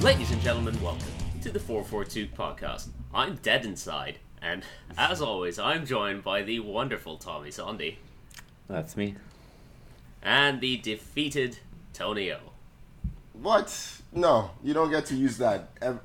Ladies and gentlemen, welcome to the 442 podcast. I'm dead inside, and as always, I'm joined by the wonderful Tommy Sandy That's me. and the defeated Tony O. What? No, you don't get to use that. Ev-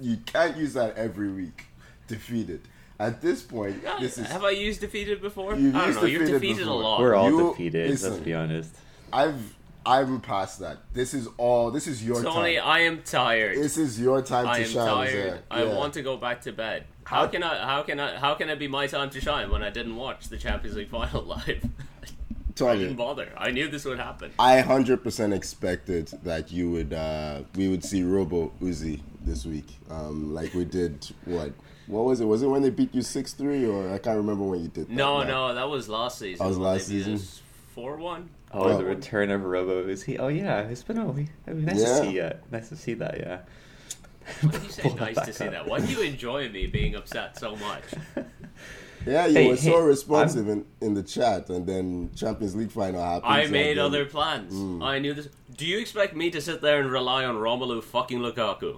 You can't use that every week. Defeated. At this point, this is. Have I used defeated before? You've I don't used know, you've defeated defeated before. a lot. We're all you- defeated, let's listen. be honest. I've. I'm past that. This is all. This is your Tony, time. I am tired. This is your time I to am shine. tired. Zed. I uh, Yeah. want to go back to bed. How can I? How can I? How can it be my time to shine when I didn't watch the Champions League final live? I Tony, didn't bother. I knew this would happen. I hundred percent expected that you would. Uh, we would see Robo Uzi this week. Um, like we did. What? What was it? Was it when they beat you six three? Or I can't remember when you did. That. No, no, that was last season. That was last season. Four one. Oh, Oh. the return of Robo is he? Oh yeah, it's been a week. I mean, nice Yeah. to see that. Nice to see that. Yeah. Why did you say Pull that nice back to see up. that? Why do you enjoy me being upset so much? Yeah, you Hey, were hey, so responsive in, in the chat, and then Champions League final happened. I made other plans. Mm. I knew this. Do you expect me to sit there and rely on Romelu fucking Lukaku?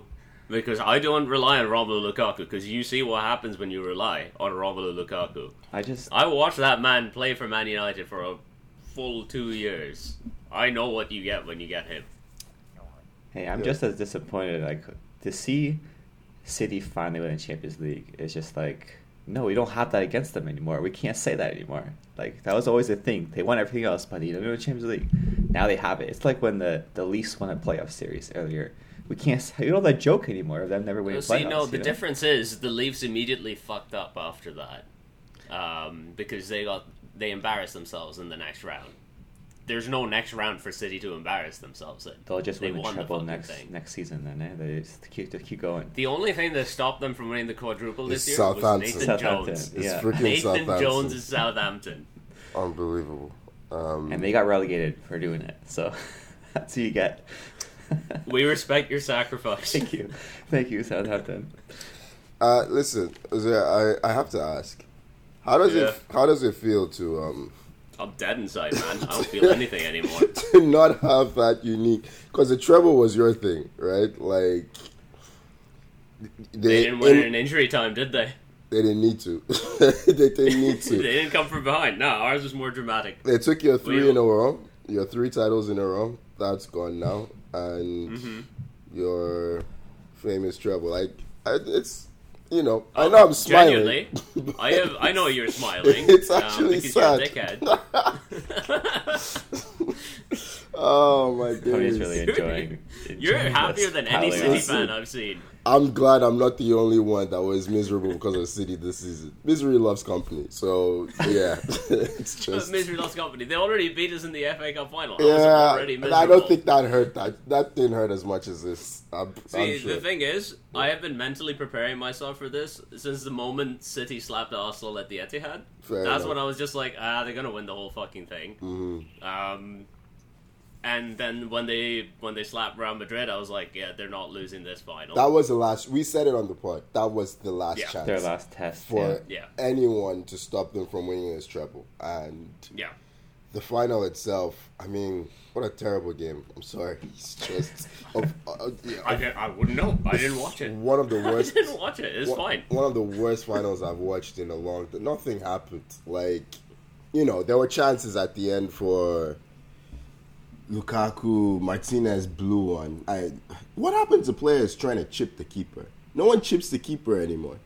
Because I don't rely on Romelu Lukaku. Because you see what happens when you rely on Romelu Lukaku. I just I watched that man play for Man United for a full two years. I know what you get when you get him. hey, I'm Yeah. just as disappointed. Like to see City finally win the Champions League is just like no, we don't have that against them anymore. We can't say that anymore. Like that was always the thing. They won everything else, but they didn't win the Champions League. Now they have it. It's like when the the Leafs won a playoff series earlier. We can't. say- You know that joke anymore of them never winning Well, playoffs. see, no, you the know? difference is the Leafs immediately fucked up after that um, because they got they embarrassed themselves in the next round. There's no next round for City to embarrass themselves in. They'll just They win the won the treble fucking next thing. next season, then eh? they just keep just keep going. The only thing that stopped them from winning the quadruple this It's year was Southampton. Nathan Southampton, Jones. It's yeah, freaking Nathan Southampton. Jones is Southampton. Unbelievable. Um, and they got relegated for doing it. So that's who you get. We respect your sacrifice. Thank you, thank you, Southampton. uh, listen, Uzi, I, I have to ask, how does Yeah. it how does it feel to um, I'm dead inside, man. I don't feel anything anymore. to not have that unique? Because the treble was your thing, right? Like They didn't win in- in injury time, did they? they didn't need to. they didn't need they to. didn't come from behind. No, ours was more dramatic. they took your three Well- in a row, your three titles in a row. That's gone now, and. hmm your famous treble. Like I, it's you know I know I'm Oh, smiling. Genuinely, I have. I know you're smiling. It's um, actually because sad. You're a dickhead. oh my Tony's goodness! really enjoying. enjoying you're this happier than any piling City on. fan I've seen. I'm glad I'm not the only one that was miserable because of City this season. Misery loves company, so yeah, it's But just. misery loves company. They already beat us in the FA Cup final. I was Yeah, already and miserable. I don't think that hurt. That that didn't hurt as much as this. I'm, See, I'm sure. the thing is, I have been mentally preparing myself for this since the moment City slapped Arsenal at the Etihad. Fair That's enough. when I was just like, ah, they're gonna win the whole fucking thing. Mm-hmm. Um, and then when they when they slapped Real Madrid, I was like, yeah, they're not losing this final. that was the last. We said it on the pod. That was the last Yeah. chance Their last test. for Yeah. anyone to stop them from winning this treble, and yeah. the final itself, I mean, what a terrible game. I'm sorry. It's just of, uh, yeah, I, didn't- I wouldn't know. I didn't watch it. one of the I worst. didn't watch it. It's one, fine. one of the worst finals I've watched in a long time. Nothing happened. Like, you know, there were chances at the end for Lukaku, Martinez blew one. I, what happened to players trying to chip the keeper? No one chips the keeper anymore.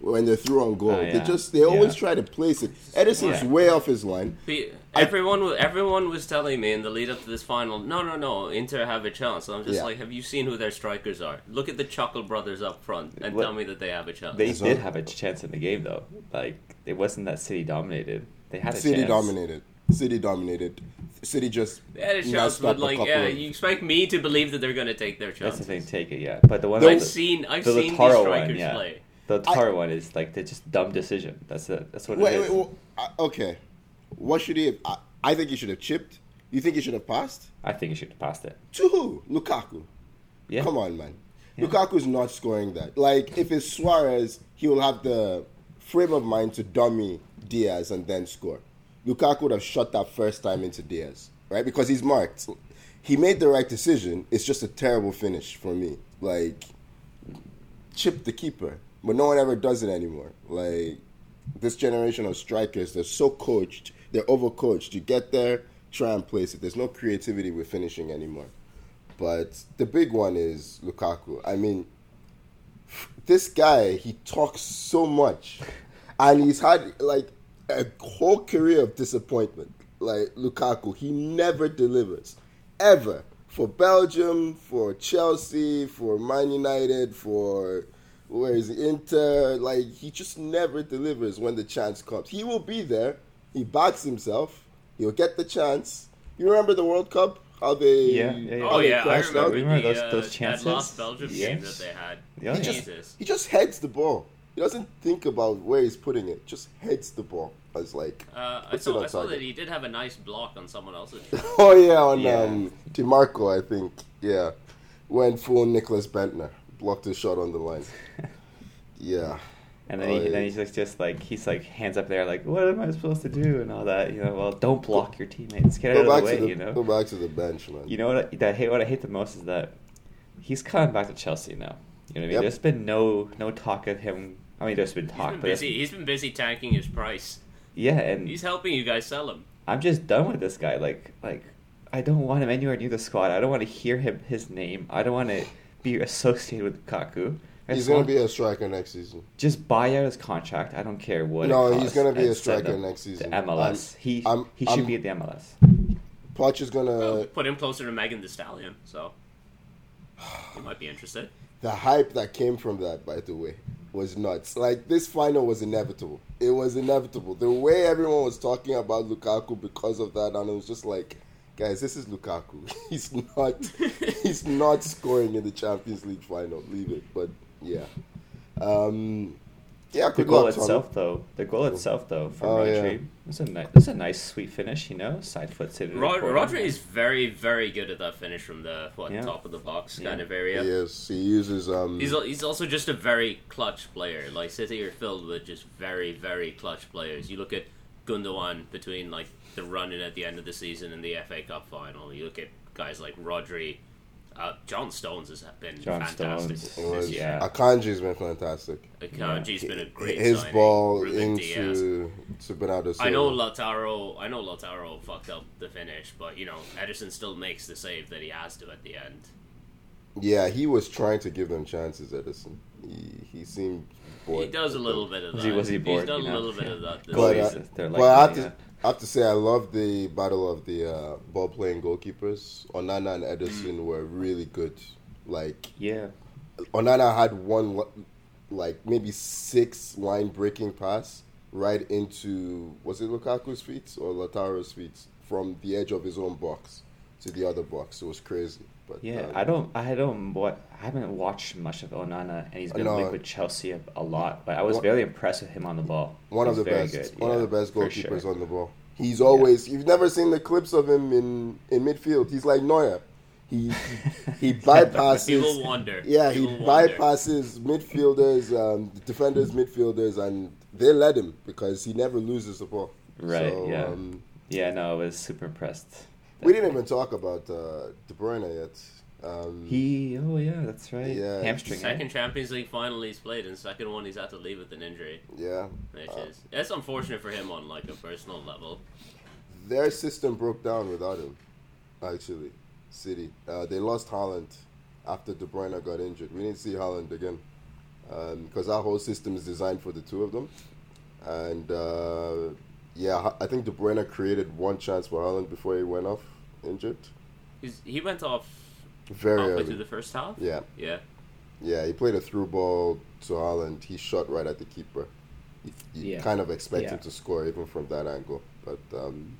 When they're through on goal, Oh, they yeah. just they always Yeah. try to place it. Edison's Yeah. way off his line. Be- Everyone, wa- everyone was telling me in the lead up to this final, no, no, no, Inter have a chance. And I'm just Yeah. like, have you seen who their strikers are? Look at the Chuckle brothers up front and What- tell me that they have a chance. They So- did have a chance in the game though. Like it wasn't that City dominated. They had a City chance. dominated. City dominated. City just they had a chance, messed but up like, a couple yeah, of- you expect me to believe that they're going to take their That's chance. the thing. Take it, yeah. But the one Those- like, I've seen, I've the seen these Lautaro strikers one, yeah. play. the Tar one is like they just dumb decision. That's it. That's what Wait, it wait, is. wait, uh, okay. What should he? Have, I, I think he should have chipped. You think he should have passed I think you should have passed it. to who? Lukaku. Yeah. Come on, man. Lukaku's not scoring that. Like, if it's Suarez, he will have the frame of mind to dummy Diaz and then score. Lukaku would have shot that first time into Diaz, right? Because he's marked. he made the right decision. It's just a terrible finish for me. Like, chip the keeper, but no one ever does it anymore. Like, this generation of strikers, they're so coached, they're overcoached. You get there, try and place it. There's no creativity with finishing anymore. But the big one is Lukaku. I mean, this guy, he talks so much, and he's had like a whole career of disappointment. Like Lukaku, he never delivers, ever. For Belgium, for Chelsea, for Man United, for where is he? Inter? Like he just never delivers when the chance comes. He will be there. He backs himself. He'll get the chance. You remember the World Cup? How they? Yeah, yeah, yeah. how Oh they yeah, I crashed out? remember, Remember the, those- uh, those chances? That last Belgium game Yes. that they had. Yeah. He just- Jesus. He just heads the ball. He doesn't think about where he's putting it. Just heads the ball. I was like, Uh, I puts it saw, on I saw target. that he did have a nice block on someone else's. oh yeah, on Yeah. um, Demarco, I think. Yeah, when fool Nicholas Bentner blocked his shot on the line. yeah, And then, Oh, he, yeah. then he's like, just like he's like hands up there, like, what am I supposed to do and all that, you know? Well, don't block your teammates, get go out of back the way, to the you know. go back to the bench, man. You know what? I, that hate what I hate the most is that he's coming back to Chelsea now. You know what I mean? Yep. There's been no no talk of him. I mean, there's been He's talk, been but Hmm. it's- busy. He's been busy tanking his price. yeah, and He's helping you guys sell him. I'm just done with this guy. Like, like I don't want him anywhere near the squad. I don't want to hear him his name. I don't want to be associated with Kaku. I he's just gonna want- be a striker next season. just buy out his contract. I don't care what. it No, he's costs, gonna be and a send striker him next season. To MLS, I'm- he I'm- he should I'm- be at the MLS. Poch is gonna Well, put him closer to Megan the Stallion, so you might be interested. the hype that came from that, by the way, was nuts. Like this final was inevitable. It was inevitable. The way everyone was talking about Lukaku because of that, and it was just like, guys, this is Lukaku. he's not. he's not scoring in the Champions League final. Leave it. But yeah, um, yeah. The Good goal luck, Tommy. itself, though, the goal itself, though, for Oh, yeah. Rodri, was a nice, was a nice sweet finish. You know, side foot to the Rod- corner. Rodri is very, very good at that finish from the what, Yeah. top of the box Yeah. kind of area. Yes, he uses. Um, He's, al- he's also just a very clutch player. Like City are filled with just very very clutch players. You look at Gundogan between like the run in at the end of the season and the FA Cup final. You look at guys like Rodri, uh, John Stones has been John fantastic. Stones. this was- year. yeah. Akanji's been fantastic. Akanji's been a great His signing. ball Ruben Dias. into to Bernardo Silva. I know Lautaro. I know Lautaro fucked up the finish, but you know Edison still makes the save that he has to at the end. Yeah, he was trying to give them chances, Edison. He, he seemed bored. He does a little bit of Was that. he- was he bored, He's done you a know? little bit of that this But, uh, season. They're But I have, yeah. to, I have to say, I love the battle of the uh, ball playing goalkeepers. Onana and Edison Mm. were really good. Like, yeah, Onana had one, li- like, maybe six line breaking pass right into, was it Lukaku's feet or Lataro's feet? From the edge of his own box to the other box. It was crazy. But Yeah, um, I don't, I don't, what I haven't watched much of Onana, and he's been No. linked with Chelsea a, a lot. But I was One- very impressed with him on the ball. One of He's the very best. good, one of yeah, the best for goalkeepers sure. on the ball. He's always. You've never seen the clips of him in in midfield. He's like Neuer. He he People bypasses. wonder. Yeah, he People wonder. bypasses midfielders, um, defenders, midfielders, and they let him because he never loses the ball. Right, So, yeah. Um, Yeah, no, I was super impressed. we didn't even talk about uh, De Bruyne yet. Um, He, oh yeah, that's right. Yeah. hamstring. eh? Second Champions League final he's played, and second one he's had to leave with an injury, yeah. which Uh, is that's unfortunate for him on like a personal level. Their system broke down without him, actually. City. Uh, they lost Holland after De Bruyne got injured. We didn't see Holland again because our whole system is designed for the two of them. And uh, yeah, I think De Bruyne created one chance for Holland before he went off injured. He's, he went off Very halfway early. through the first half. yeah, Yeah. yeah. He played a through ball to Holland. He shot right at the keeper. You, you Yeah. kind of expect him Yeah. to score even from that angle, but um,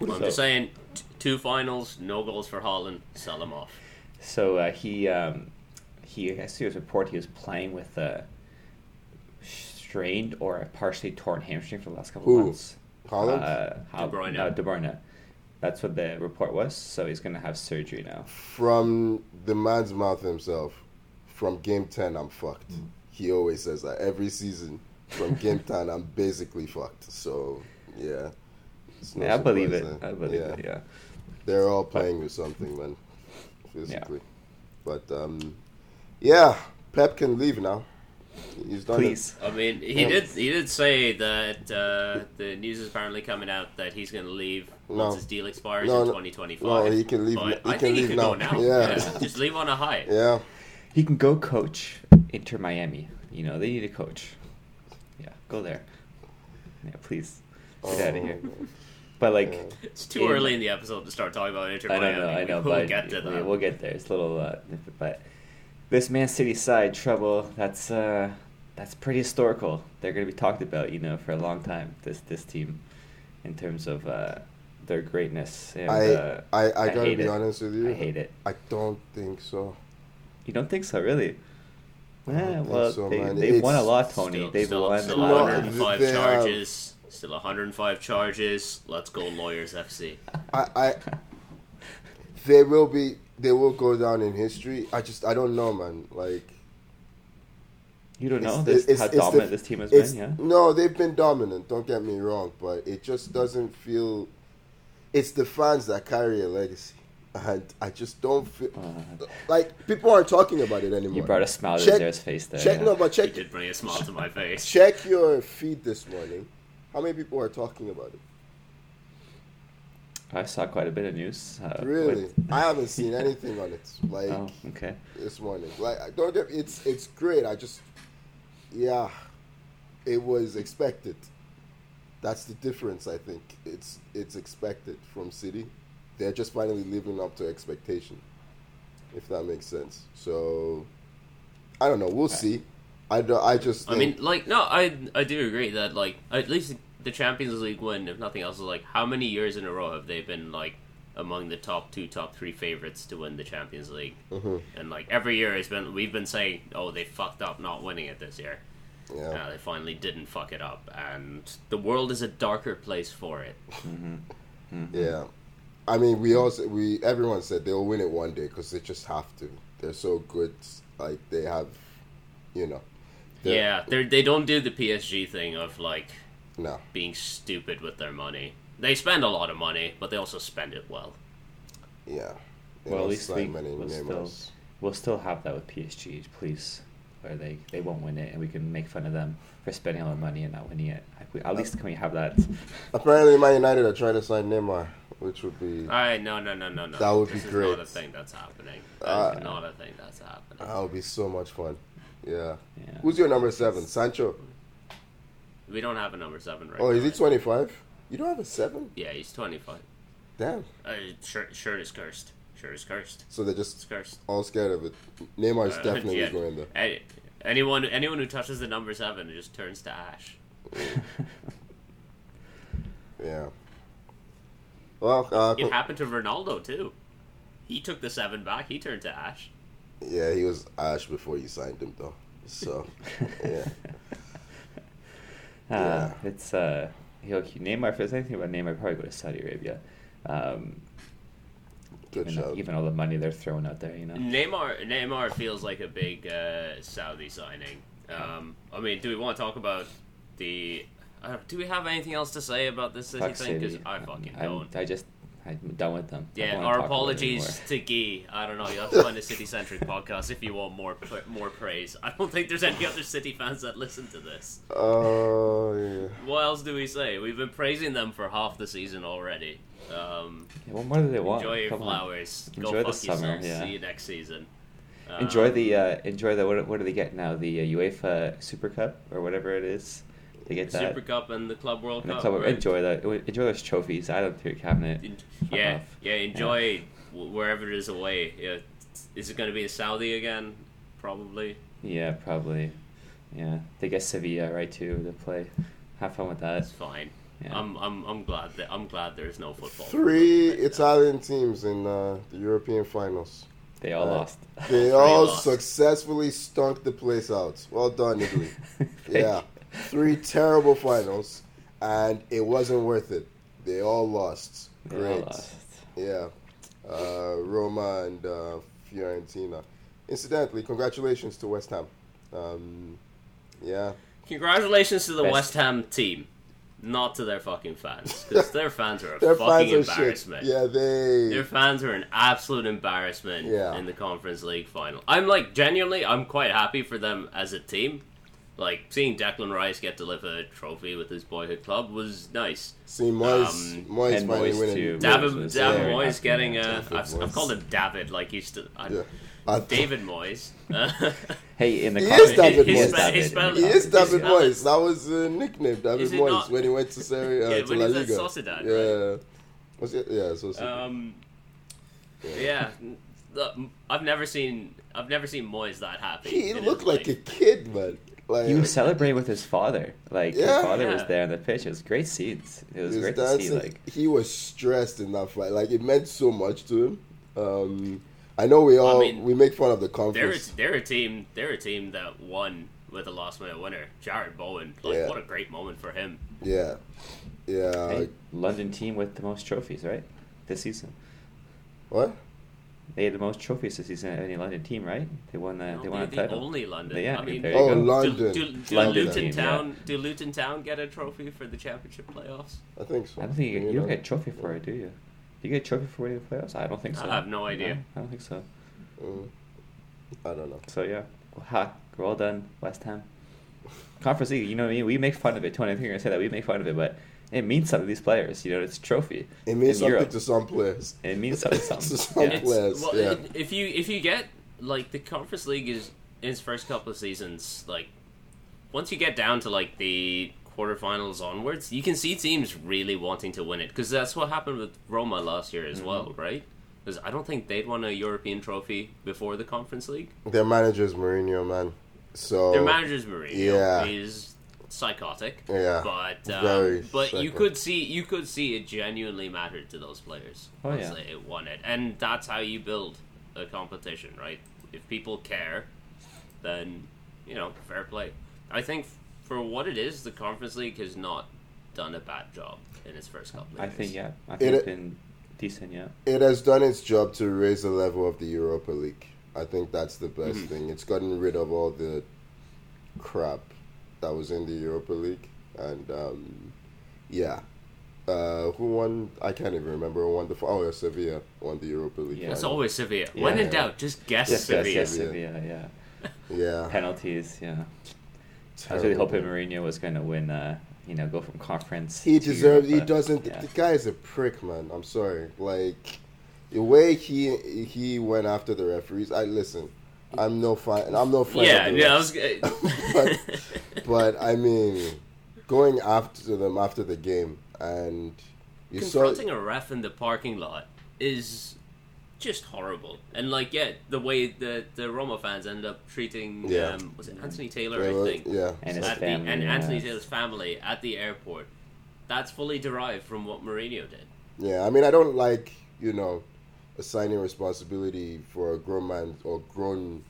Well, I'm So- just saying, t- two finals, no goals for Holland. Sell him off. So uh, he, um, he, I see his report. He was playing with a strained or a partially torn hamstring for the last couple Who? of months. Holland. Uh, De Bruyne. No, De Bruyne. That's what the report was. So he's gonna have surgery now. from the man's mouth himself, from game 10, I'm fucked. He always says that every season. From game 10, I'm basically fucked. So, yeah. It's no Yeah, I believe it. surprise there. I believe it. Yeah. They're all playing with something, man. Physically, but um, yeah, Pep can leave now. He's done. it. Please. I mean, he did. He did say that uh, the news is apparently coming out that he's going to leave No. once his deal expires No, in no. 2025. No, he can leave But n- he I can think he leave could go now. now. Yeah. just leave on a high. Yeah, He can go coach Inter Miami. You know, they need a coach. Yeah, go there. Yeah, please. Get out of here. But like Oh. Yeah. It's too In- early in the episode to start talking about Inter I don't Miami. know, I know, we'll but get to yeah, that. we'll get there. It's a little uh, but this Man City side trouble, that's uh that's pretty historical. They're gonna be talked about, you know, for a long time, this this team in terms of uh their greatness and I, uh, I, I gotta hate be it. honest with you. I hate it. I don't think so. You don't think so, really? I don't Yeah, think well, so, they, man. they've won a It's lot, Tony. Still, they've still, won still a No, lot. 105 they have- charges. Still 105 charges. Let's go, lawyers FC. I, I they will be they will go down in history. I just I don't know, man. Like You don't know it's- this, it's- how it's the- dominant this team has it's- been, yeah? No, they've been dominant. Don't get me wrong, but it just doesn't feel. It's the fans that carry a legacy, and I just don't feel Uh, like people aren't talking about it anymore. you brought a smile to Check- Zara's face there. check yeah. no, but He check did bring a smile to my face. check your feed this morning. How many people are talking about it? I saw quite a bit of news. Uh, Really, with- I haven't seen anything on it. Like Oh, okay. this morning. Like I don't get it's it's great. I just yeah, it was expected. That's the difference. I think it's it's expected from City. They're just finally living up to expectation, if that makes sense. So I don't know. We'll see. I do, I just I think, mean, like, no, I I do agree that like at least the Champions League win, if nothing else, is like how many years in a row have they been like among the top two, top three favorites to win the Champions League? Mhm. And like every year has been, we've been saying, oh, they fucked up not winning it this year. yeah. Uh, they finally didn't fuck it up, and the world is a darker place for it. Yeah, I mean, we also we everyone said they'll win it one day because they just have to. They're so good. Like they have, you know. Yeah, they're- they they don't do the PSG thing of like No. being stupid with their money. They spend a lot of money, but they also spend it well. Yeah. They Well, at don't least sign we will still, Neymars. we'll still have that with PSG, please. Where they, they won't win it, and we can make fun of them for spending all their money and not winning it. Like, we- At least can we have that? Apparently, Man United are trying to sign Neymar, which would be All right, no, no, no, no, no. That would be This is great. Not a thing that's happening. Uh, That is not a thing that's happening. that would be so much fun. Yeah. Ah. Yeah. Who's your number seven? Sancho. we don't have a number seven right Oh, now. is he right? twenty five? You don't have a seven? Yeah, he's twenty-five. Damn. Uh, shirt, shirt is cursed. Shirt is cursed. So they're It's just cursed. all scared of it. Neymar's Uh, definitely yeah. going there. Any- anyone, anyone who touches the number seven just turns to ash. Yeah. Well, uh, It happened to Ronaldo too. He took the seven back. He turned to ash. yeah, he was Ash before you signed him, though. So, yeah. Uh, Yeah. it's uh, you know, Neymar. If there's anything about Neymar, I'd probably go to Saudi Arabia. Um, Good even, shout. even all the money they're throwing out there, you know. Neymar Neymar feels like a big uh, Saudi signing. Um, I mean, do we want to talk about the? Uh, do we have anything else to say about this city Fuck thing? Because City. I Um, fucking I'm- don't. I just I'm done with them. I Yeah, don't wanna our talk about them apologies anymore. to Guy. I don't know. You have to find a city centric podcast if you want more pra- more praise. I don't think there's any other city fans that listen to this. Oh, yeah. What else do we say? We've been praising them for half the season already. Um, Yeah, what more do they want? enjoy your Come on. flowers. Enjoy Go the fuck summer, yourself. yeah. See you next season. Um, Enjoy the uh, enjoy the what, what do they get now? The uh, UEFA Super Cup or whatever it is. They get that. Super Cup and the Club World Uh, And the Cup. club, Oh, right? enjoy that. Enjoy those trophies. Add them to your cabinet. En- Fuck yeah, off. yeah. Enjoy w wherever it is away. Yeah. Is it going to be in Saudi again? Probably. Yeah, probably. Yeah, they get Sevilla right too to play. Have fun with that. That's fine. Yeah. I'm, I'm, I'm glad that I'm glad there is no football. Three Right now. Italian teams in uh, the European finals. They all Uh, lost. They Three all lost. successfully stunk the place out. Well done, Italy. yeah. Thank Three terrible finals, and it wasn't worth it. They all lost. you. They all Great. lost. Yeah. Uh, Roma and uh, Fiorentina. Incidentally, congratulations to West Ham. Um, yeah. Congratulations to the Best. West Ham team. not to their fucking fans because their fans are a Their fucking fans are shit. embarrassment. Yeah, Their they. fans are an absolute embarrassment Yeah. in the Conference League final. I'm like genuinely, I'm quite happy for them as a team. Like seeing Declan Rice get to live a trophy with his boyhood club was nice. See, Moyes, Um, Moyes and finally Moyes winning. too. Yeah, David, it was David very Moyes happy getting moment. a. David I've, Moyes. I've called him David, like he's still. I, Yeah. I th- David Moyes. Hey, in the He is comments, David he is Moyes. David. He spelled- He is He's David not- Moyes. That was his nickname, David Is it Moyes, not? when he went to Serie uh, Yeah, to when La he was Liga. at Sociedad, yeah. Was it? Yeah, so um, yeah, the- I've never seen. I've never seen Moyes that happy. he in his looked like life. a kid, man. Like He was celebrating with his father. Like Yeah. his father was Yeah. there on the pitch. It was great scenes. It was, he was great to see. dancing. Like he was stressed in that fight. Like it meant so much to him. Um, I know we all mean, we make fun of the They're a, conference. they're a team. They're a team that won with a last minute winner, Jared Bowen. Like, Yeah. what a great moment for him. Yeah, yeah. hey, London team with the most trophies, right? This season, What? they had the most trophies this season of any London team, right? They won the You know, they won they're the the title. only London. Yeah, I mean, there you Oh, go. do, London. do, do London Luton team, yeah. Town do Luton Town get a trophy for the championship playoffs? I think so. I don't think you, You you don't know? get a trophy for it, do you? Do you get a trophy for winning the playoffs? I don't think I so. have no idea. I don't think so. Mm. I don't know. So yeah, Well, ha, well done, West Ham. Conference League, you know what I mean? We make fun of it. Tony, I think you're gonna say that we make fun of it, but it means something to these players. You know, it's a trophy. It means In something Europe. to some players. It means something. to some something. Yeah. It's- players. well, yeah. it- if you if you get like the Conference League is in its first couple of seasons, like once you get down to like the quarterfinals onwards, you can see teams really wanting to win it because that's what happened with Roma last year Mm-hmm. as well, right? Because I don't think they'd won a European trophy before the Conference League. Their manager's Mourinho, man. So Their manager's Mourinho Oh, Yeah. is psychotic, Yeah. but Very um, but you psycho. could see you could see it genuinely mattered to those players Oh, once yeah. they won it, and that's how you build a competition, right? If people care, then you know fair play. I think for what it is, the Conference League has not done a bad job in its first couple. Of I years. think yeah. I It- think it's been decent. Yeah. it has done its job to raise the level of the Europa League. I think that's the best Mm-hmm. thing. It's gotten rid of all the crap that was in the Europa League, and um, yeah, uh, who won? I can't even remember. Who won the? Oh, yeah, Sevilla won the Europa League. Yeah. it's final. always Sevilla. when Yeah. in doubt, just guess Yes, yes, Sevilla. yes, Sevilla. Sevilla, yeah. yeah. Penalties, yeah. I was really Ah. Terrible. hoping Mourinho was going to win. Uh, you know, go from conference. He to deserves. He Europa. doesn't. Yeah. The guy is a prick, man. I'm sorry. Like the way he he went after the referees. I listen. I'm no fan. I'm no fan. Yeah, of the yeah. I refs. was. But- but I mean, going after them after the game and you saw confronting a ref in the parking lot is just horrible. And like, yeah, the way the the Roma fans ended up treating Yeah. um, was it Anthony Taylor? yeah, I well, think yeah, And his At the- family, and yeah. Anthony Taylor's family at the airport. That's fully derived from what Mourinho did. yeah. I mean, I don't like you know assigning responsibility for a grown man or grown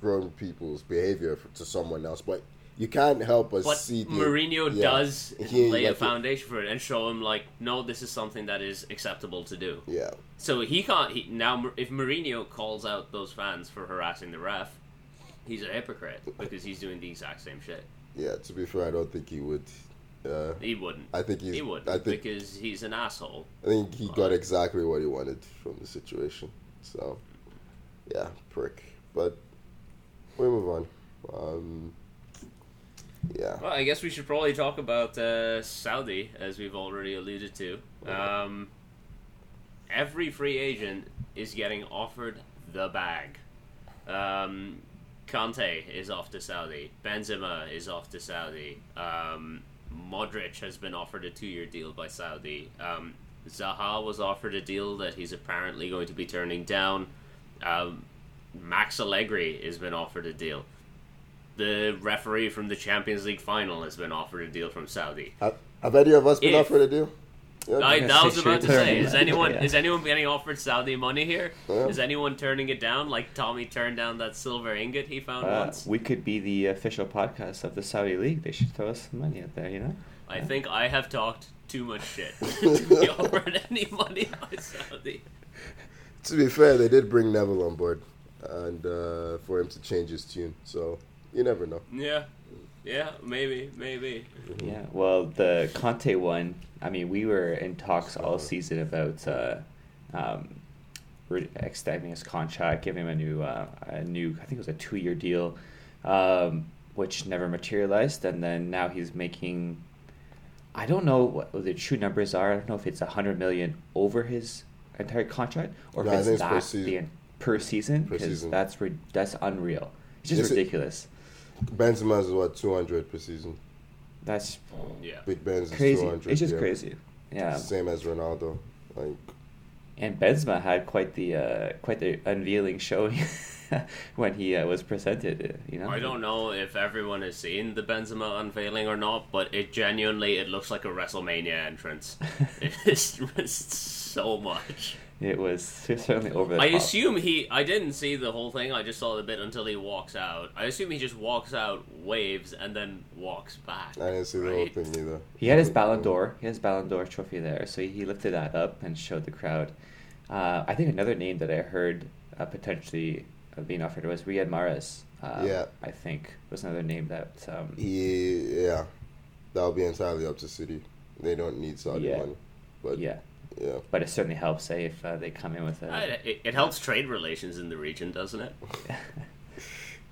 grown people's behavior for, to someone else, but you can't help but, But see the, Mourinho yeah. does He- lay a like, foundation for it and show him like, no, this is something that is acceptable to do. Yeah, So he can't. He, now, if Mourinho calls out those fans for harassing the ref, he's a hypocrite because he's doing the exact same shit. yeah. To be fair, I don't think he would. Uh, He wouldn't. I think he's. He would I think. because he's an asshole. I think he got exactly what he wanted from the situation. So, yeah, prick. But we move on. Um, yeah. Well, I guess we should probably talk about uh, Saudi, as we've already alluded to. Um, every free agent is getting offered the bag. Um, Kante is off to Saudi. Benzema is off to Saudi. Um, Modric has been offered a two-year deal by Saudi. Um, Zaha was offered a deal that he's apparently going to be turning down. Um, Max Allegri has been offered a deal. The referee from the Champions League final has been offered a deal from Saudi. Have, have any of us been If- offered a deal? Yeah, I, Yeah, that was six about to years. say. Is Yeah. anyone Yeah. is anyone getting offered Saudi money here? Is Yeah. anyone turning it down? Like Tommy turned down that silver ingot he found Uh, once. we could be the official podcast of the Saudi League. They should throw us some money out there, you know? I think I have talked too much shit to be offered any money by Saudi. to be fair, they did bring Neville on board, and uh, for him to change his tune. So you never know. Yeah. Yeah, maybe, maybe. Yeah, well, the Conte one. I mean, we were in talks all season about uh, um, re- extending his contract, giving him a new, uh, a new. I think it was a two-year deal, um, which never materialized, and then now he's making. I don't know what the true numbers are. I don't know if it's a hundred million over his entire contract, or No, I if it's think it's that per season. the en- per season Per because season. that's re- that's unreal. It's just Is it- ridiculous. Benzema is what two hundred per season. That's Oh, Yeah. Big Benz is crazy. two hundred. It's just crazy. Yeah. Same as Ronaldo. Like And Benzema had quite the uh, quite the unveiling showing when he uh, was presented. You know, I don't know if everyone has seen the Benzema unveiling or not, but it genuinely it looks like a WrestleMania entrance. it's just so much. It was certainly over the I top. assume he. I didn't see the whole thing. I just saw the bit until he walks out. I assume he just walks out, waves, and then walks back. I didn't see the right? whole thing either. He had his Ballon d'Or. He had his Ballon d'Or trophy there, so he lifted that up and showed the crowd. Uh, I think another name that I heard uh, potentially uh, being offered was Riyad Mahrez. Um, Yeah. I think was another name that. Um, He, yeah, that'll be entirely up to City. They don't need Saudi Yeah. money, but yeah, yeah, but it certainly helps eh, if uh, they come in with a. I- It, it helps trade relations in the region, doesn't it?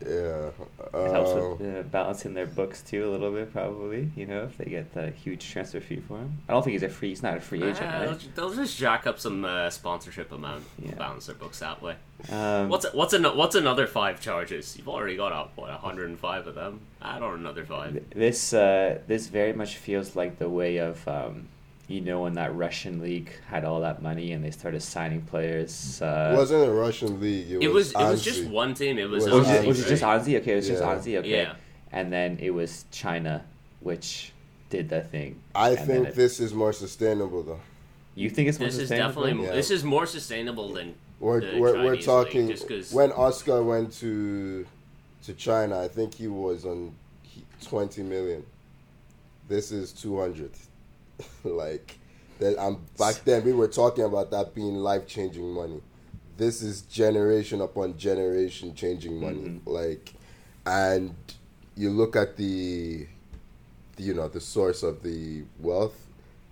yeah. It helps Um, with uh, balancing their books too a little bit, probably. You know, if they get the huge transfer fee for him. I don't think he's a free. He's not a free agent, Ah, they'll, they'll just jack up some uh, sponsorship amount, Yeah. balance their books that way. right? Um, What's what's an, what's another five charges? You've already got up what 105 of them. Add on another five. th- this? Uh, this very much feels like the way of, um, you know, when that Russian league had all that money and they started signing players. Uh, it wasn't a Russian league. It, It was it was Anzi. just one team. It was Was Oh, was, Anzi, it, was it just right? Anzi? Okay, it was just Yeah. Anzi. Okay, Yeah. and then it was China, which did that thing. I And then think it- this is more sustainable though. You think it's more This is sustainable? definitely Yeah. this is more sustainable than We're the we're, we're Chinese talking league, just 'cause- when Oscar went to to China. I think he was on he- twenty million. This is two hundred. like that, I'm back then. We were talking about that being life changing money. This is generation upon generation changing money. Like, and you look at the you know the source of the wealth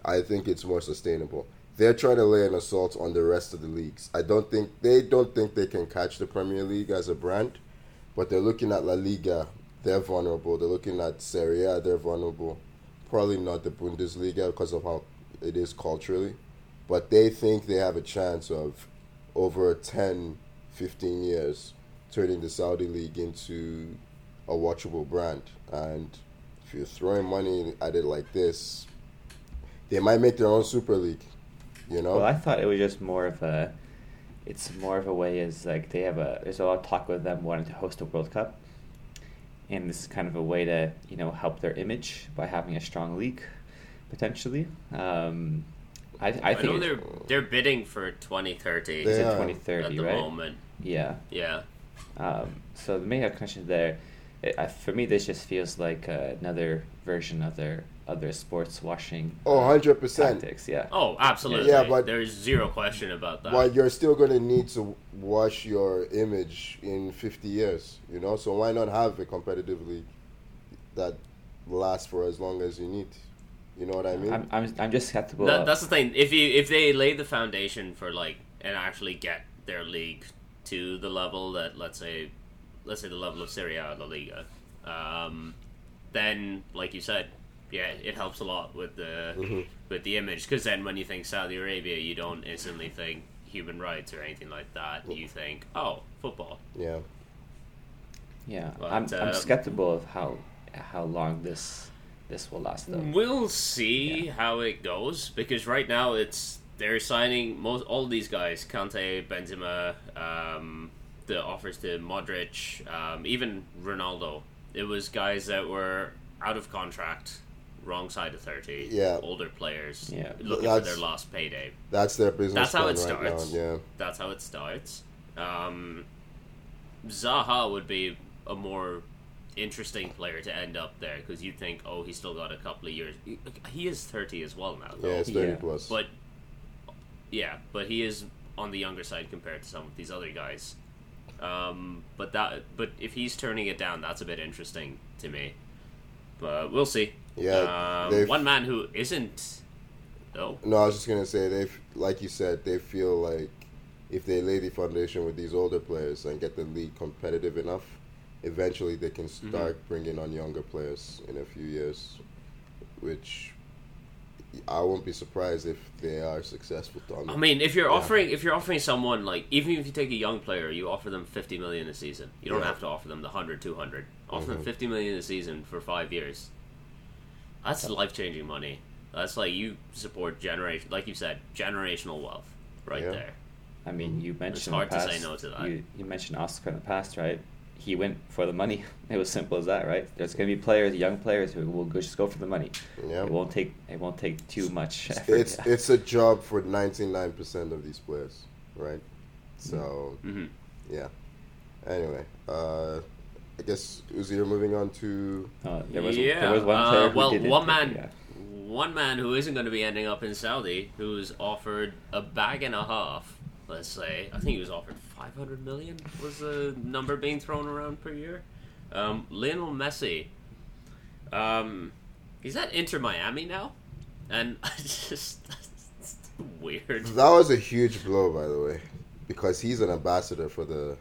i think it's more sustainable they're trying to lay an assault on the rest of the leagues i don't think they don't think they can catch the premier league as a brand but they're looking at la liga they're vulnerable they're looking at serie a they're vulnerable probably not the bundesliga because of how it is culturally but they think they have a chance of over 10 15 years turning the saudi league into a watchable brand. And if you're throwing money at it like this, they might make their own Super League. You know, Well, I thought it was just more of a. It's more of a way is like they have a. There's a lot of talk with them wanting to host a World Cup, and this is kind of a way to you know help their image by having a strong league, potentially. Um, I I I, think know it's, they're they're bidding for 2030 They it's are in at 2030, the right? moment. Yeah. Yeah, Um, so they may have connection there. It, I, for me, this just feels like uh, another version of their other sports washing oh, 100%. tactics. Yeah. Oh, absolutely. Yeah, but- there is zero question about that. But you're still going to need to wash your image in 50 years, you know? So why not have a competitive league that lasts for as long as you need? You know what I mean? I'm, I'm, I'm just skeptical. That, of- that's the thing. If you if they lay the foundation for like and actually get their league to the level that let's say, let's say the level of Serie A or La Liga, um, then like you said, yeah, it helps a lot with the Mm-hmm. with the image because then when you think Saudi Arabia, you don't instantly think human rights or anything like that. You think oh football. yeah. Yeah, But, I'm, I'm um, skeptical of how how long this this will last though. We'll see how it goes because right now it's they're signing most all these guys: Kante, Benzema, um, the offers to Modric, um, even Ronaldo. It was guys that were out of contract, wrong side of thirty, Yeah. older players, Yeah. looking for That's- their last payday. That's their business That's how plan it right starts. now. Yeah. That's how it starts. Um, Zaha would be a more interesting player to end up there because you think, oh, he's still got a couple of years. He is thirty as well now, Yeah, though. it's 30 Yeah. plus. but yeah, but he is on the younger side compared to some of these other guys. Um, but that, but if he's turning it down, that's a bit interesting to me. But we'll see. Yeah, Um, they've- one man who isn't. Oh, No, I was just gonna say they, f- like you said, they feel like if they lay the foundation with these older players and get the league competitive enough, eventually they can Mm-hmm. start bringing on younger players in a few years, which I won't be surprised if they are successful. Down I the- mean, if you're Yeah. offering if you're offering someone like even if you take a young player, you offer them 50 million a season. You don't Yeah. have to offer them the 100, 200. Offer Mhm. them 50 million a season for 5 years. That's life-changing money. That's like you support generation like you said, generational wealth right Yeah. there. I mean, you mentioned in the hard to say past- no to that. You, you mentioned Oscar in the past, right? He went for the money. It was simple as that, right? There's gonna be players, young players, who will go, just go for the money. Yeah. It won't take. It won't take too much. Effort. it's yeah. it's a job for ninety nine percent of these players, right? So Mhm. yeah. Anyway, uh, I guess Uzi, you're moving on to Uh, there was yeah. there was one uh, player. who well, didn't one take- man, yeah. one man who isn't going to be ending up in Saudi, who's offered a bag and a half. Let's say I think he was offered 500 million was the number being thrown around per year. Um, Lionel Messi, um, he's at Inter Miami now, and it's just it's weird. That was a huge blow, by the way, because he's an ambassador for the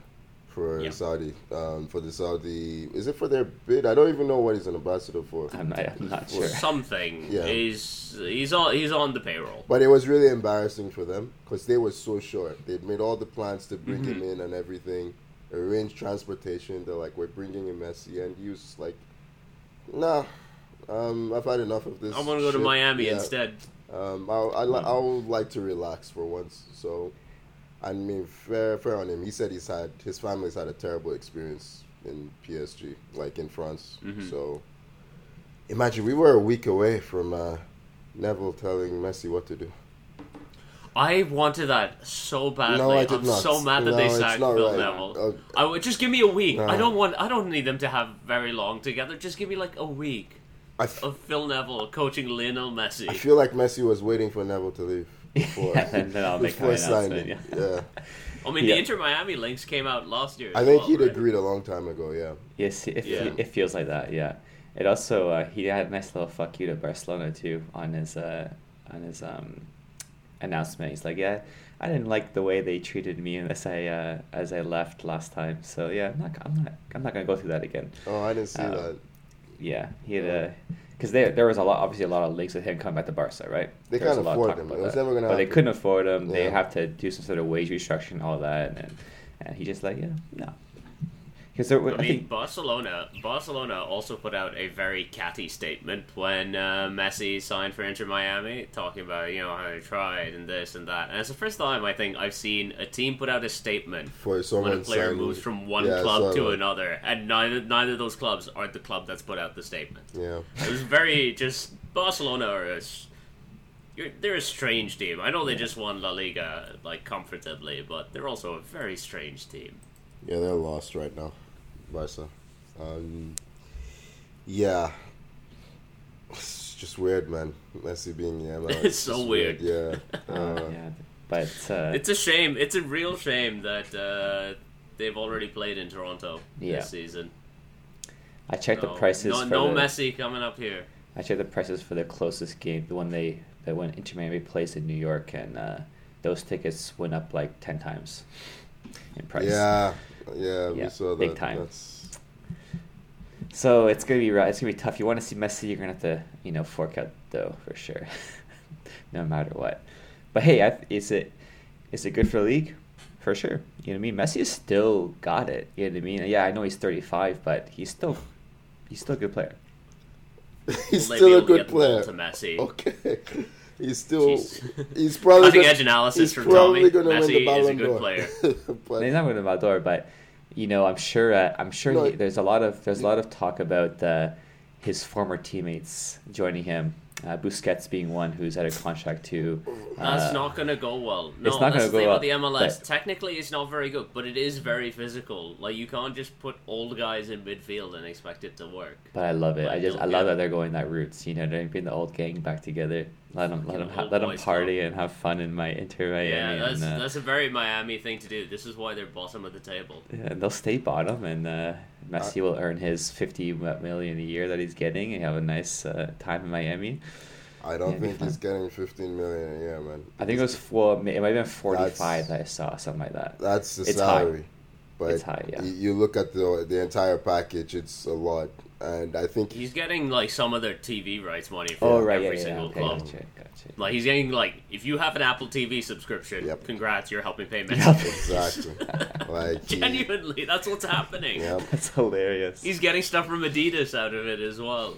for Yeah. Saudi um, for the Saudi. Is it for their bid? I don't even know what he's an ambassador for. I'm not. I'm not sure. Something Yeah. is he's on he's on the payroll. But it was really embarrassing for them because they were so short. They'd made all the plans to bring him Mm-hmm. in and everything, arrange transportation. They're like, we're bringing in Messi, and he was just like, nah. Um, I've had enough of this. I'm gonna go to shit." Miami Yeah. instead. Um, I I li- I would like to relax for once. So, I mean, fair fair on him. He said he's had his family's had a terrible experience in PSG, like in France. Mm-hmm. So, imagine we were a week away from uh, Neville telling Messi what to do. I wanted that so badly. No, I did am not. so mad that they No, it's sacked not Bill right. Neville. Uh, I would just give me a week. No. I don't want. I don't need them to have very long together. Just give me like a week I, f- of Phil Neville coaching Lionel Messi. I feel like Messi was waiting for Neville to leave before Yeah, and then I'll make my before announcement. signing. Yeah. yeah, I mean, Yeah. the Inter Miami links came out last year. I as think well, he'd right? agreed a long time ago. Yeah. Yes, it, fe- Yeah. it feels like that. Yeah. It also uh, he had a nice little fuck you to Barcelona too on his uh, on his um, announcement. He's like, yeah, I didn't like the way they treated me as I uh, as I left last time. So yeah, I'm not I'm not I'm not gonna go through that again. Oh, I didn't see Uh, that. Yeah, he had a because there there was a lot obviously a lot of links with him coming back to Barca, right? They There was can't a lot of afford talk him. about It was that. never gonna But they happen. couldn't afford him. They Yeah. have to do some sort of wage restructuring, and all that, and and he just like yeah no because there were- I I mean, think Barcelona. Barcelona also put out a very catty statement when uh, Messi signed for Inter Miami, talking about you know how he tried and this and that. And it's the first time I think I've seen a team put out a statement For someone when a player signing- moves from one Yeah, I saw club to that. another, and neither neither of those clubs are the club that's put out the statement. Yeah. It was very just Barcelona are a, s- you're, they're a strange team. I know they just won La Liga like comfortably, but they're also a very strange team. Yeah, they're lost right now, Barca. Um, yeah, it's just weird, man. Messi being yeah, man, It's so just Yeah, uh, uh, yeah, but uh, It's a shame. It's a real shame that uh, they've already played in Toronto Yeah. this season. I checked No- the prices No, for no the, Messi coming up here. I checked the prices for the closest game, the one they the one Inter Miami plays in New York, and uh, those tickets went up like ten times in price. yeah, yeah. We Yeah, saw that. big time. That's, So it's gonna be ri- it's gonna be tough. You want to see Messi, you're gonna have to you know fork out though for sure, no matter what. But hey, I, is it is it good for the league? For sure. You know what I mean? Messi has still got it. You know what I mean? Yeah, I know he's 35, but he's still he's still a good player. he's Will they be still a able to good get the ball player. To Messi. Okay, he's still. Jeez. He's probably Cutting gonna- edge analysis he's from probably Tommy. gonna win Messi the is a Ballon good d'Or. player. but, He's not going to Valdor, but you know, I'm sure. Uh, I'm sure No, he, it- there's a lot of there's a lot of talk about uh, his former teammates joining him. Uh, Busquets being one who's out of contract too. Uh, That's not going to go well. No, that's not gonna the go thing about the well, MLS. but- Technically, it's not very good, but it is very physical. Like you can't just put old guys in midfield and expect it to work. But I love it. I Like, just I don't love get- that they're going that route. You know, they bring the old gang back together. Let them let Fucking them ha- old let them boys party and have fun in my Inter Miami. Yeah, that's and, uh, that's a very Miami thing to do. This is why they're bottom of the table. yeah, and they'll stay bottom and uh, Messi will earn his fifty million a year that he's getting and have a nice uh, time in Miami. I don't It'd be think he's getting 15 million a year, man. I think it was four. It might have been forty-five That's- that I saw, something like that. That's the It's high. salary. But It's high, yeah. y- you look at the the entire package; it's a lot, and I think He's getting like some of their TV rights money from Oh right, yeah, every yeah, yeah. single Okay, club. gotcha, gotcha. Like he's getting like if you have an Apple TV subscription, Yep. congrats, you're helping pay Messi. Yeah, exactly like he- Genuinely, that's what's happening. yeah, that's hilarious. He's getting stuff from Adidas out of it as well.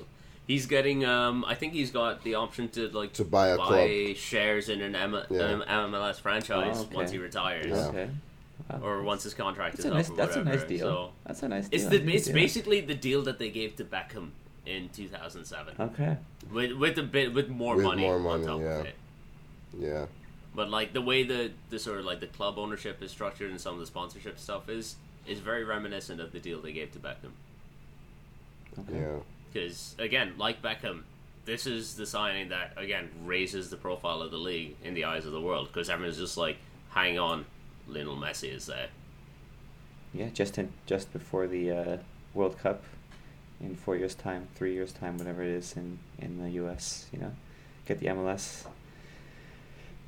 He's getting um I think he's got the option to like to buy a club. buy shares in an M- Yeah. um, MLS franchise Oh, okay. once he retires Yeah. Okay. Wow. or once his contract that's is up a nice. or That's a whatever. nice deal. So that's a nice deal. it's I the didn't it's do that. basically the deal that they gave to Beckham in 2007 Okay. with with a bit with more With money more on money, top yeah. of it. Yeah, But like the way the the sort of like the club ownership is structured and some of the sponsorship stuff is is very reminiscent of the deal they gave to Beckham. okay. yeah, Because again, like Beckham, this is the signing that again raises the profile of the league in the eyes of the world. Because everyone's just like, hang on, Lionel Messi is there. Yeah, just in just before the uh, World Cup, in four years' time, three years' time, whatever it is in in the U.S., you know, get the MLS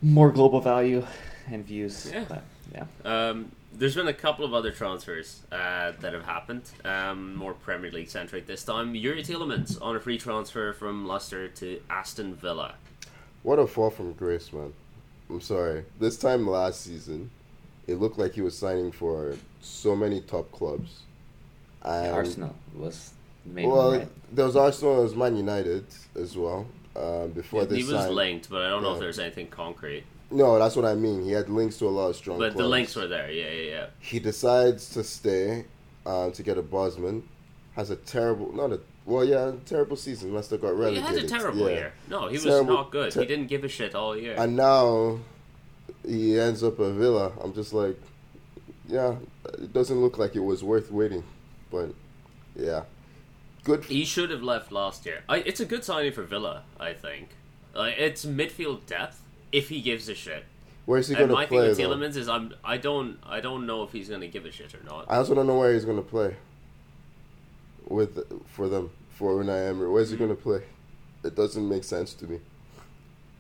more global value and views. Yeah. but, yeah. Um, there's been a couple of other transfers uh, that have happened, um, more Premier League centric this time. Yuri Tielemans on a free transfer from Leicester to Aston Villa. what a fall from grace, man. I'm sorry. This time last season, it looked like he was signing for so many top clubs. And Arsenal was maybe Well, right. there was Arsenal, there was Man United as well. Um, before they he was signed, linked, but I don't know if Yeah. there's anything concrete. no, that's what I mean. He had links to a lot of strong. But the clubs. links were there, yeah, yeah, yeah. He decides to stay um, to get a Bosman. Has a terrible, not a well, yeah, terrible season. Leicester got He relegated. had a terrible yeah. year. No, he was Terrible- not good. ter- he didn't give a shit all year. and now he ends up at Villa. I'm just like, yeah, it doesn't look like it was worth waiting, but yeah, good. He should have left last year. I, it's a good signing for Villa, I think. Like, it's midfield depth if he gives a shit. Where's he and gonna my thing play? with though? Tielemans is I'm I don't I don't know if he's gonna give a shit or not. I also don't know where he's gonna play. With for them for Unai Emery, where's he gonna play? It doesn't make sense to me.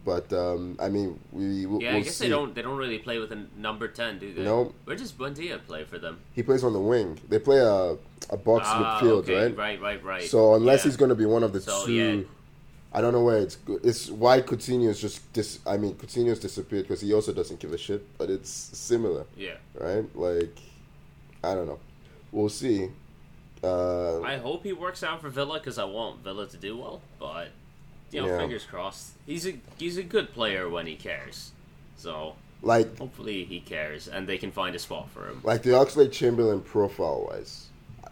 But um, I mean, we we'll, yeah, I we'll guess see. they don't they don't really play with a n- number ten, do they? No. Where does Buendia play for them? He plays on the wing. They play a a box Ah, midfield, okay, right? Right, right, right. So unless Yeah. he's going to be one of the So, two, yeah. I don't know where it's. go- It's why Coutinho's just dis. I mean, Coutinho's disappeared because he also doesn't give a shit. But it's similar, Yeah. right? Like, I don't know. We'll see. Uh, I hope he works out for Villa because I want Villa to do well. But you know, Yeah. fingers crossed. He's a he's a good player when he cares. So like, hopefully he cares and they can find a spot for him. like the Oxley Chamberlain profile wise,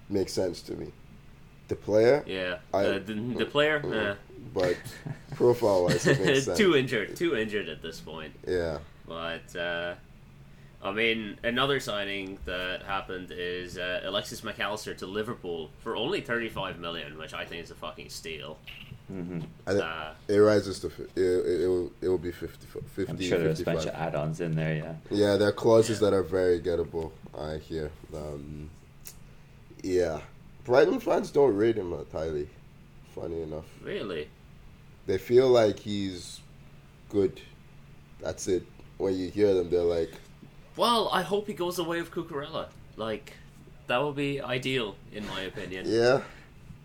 makes sense to me. The player, Yeah, I- uh, the, the player, eh. but profile wise, it makes sense. too injured, too injured at this point. Yeah, But uh, I mean, another signing that happened is uh, Alexis McAllister to Liverpool for only thirty-five million, which I think is a fucking steal. I think Uh, it rises to. fi- It, it, it will. It will be 50, 50 I'm sure there's a bunch 55. of add-ons in there. Yeah. Yeah, there are clauses that are very gettable. I hear. Um, yeah, Brighton fans don't rate him that highly. Funny enough, really, they feel like he's good. That's it. When you hear them, they're like, Well, I hope he goes the way of Cucurella. Like, that would be ideal, in my opinion. "Yeah,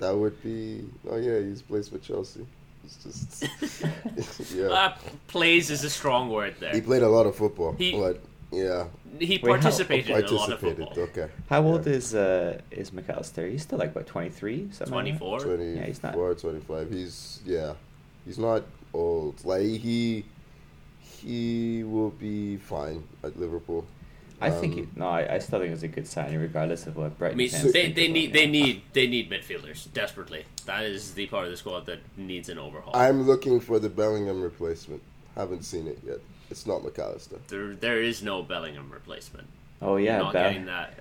that would be." Oh yeah, he's plays for Chelsea. It's just yeah. Uh, plays is a strong word He there. played a lot of football, He- but yeah, He Wait, how- participated in a lot of participated. football. Okay, How old Yeah. is uh is McAllister? He's still like what 23, something. like that? 24? 24, Yeah, he's not- 25. He's yeah, he's not old. Like he, he will be fine at Liverpool. I think Um, he, no, I, I still think it's a good signing, regardless of what I Brighton mean, fans they, think they about need him. they need they need midfielders desperately. That is the part of the squad that needs an overhaul. I'm looking for the Bellingham replacement. Haven't seen it yet. It's not McAllister. there there is no Bellingham replacement. Oh You're yeah, not Bell- getting that.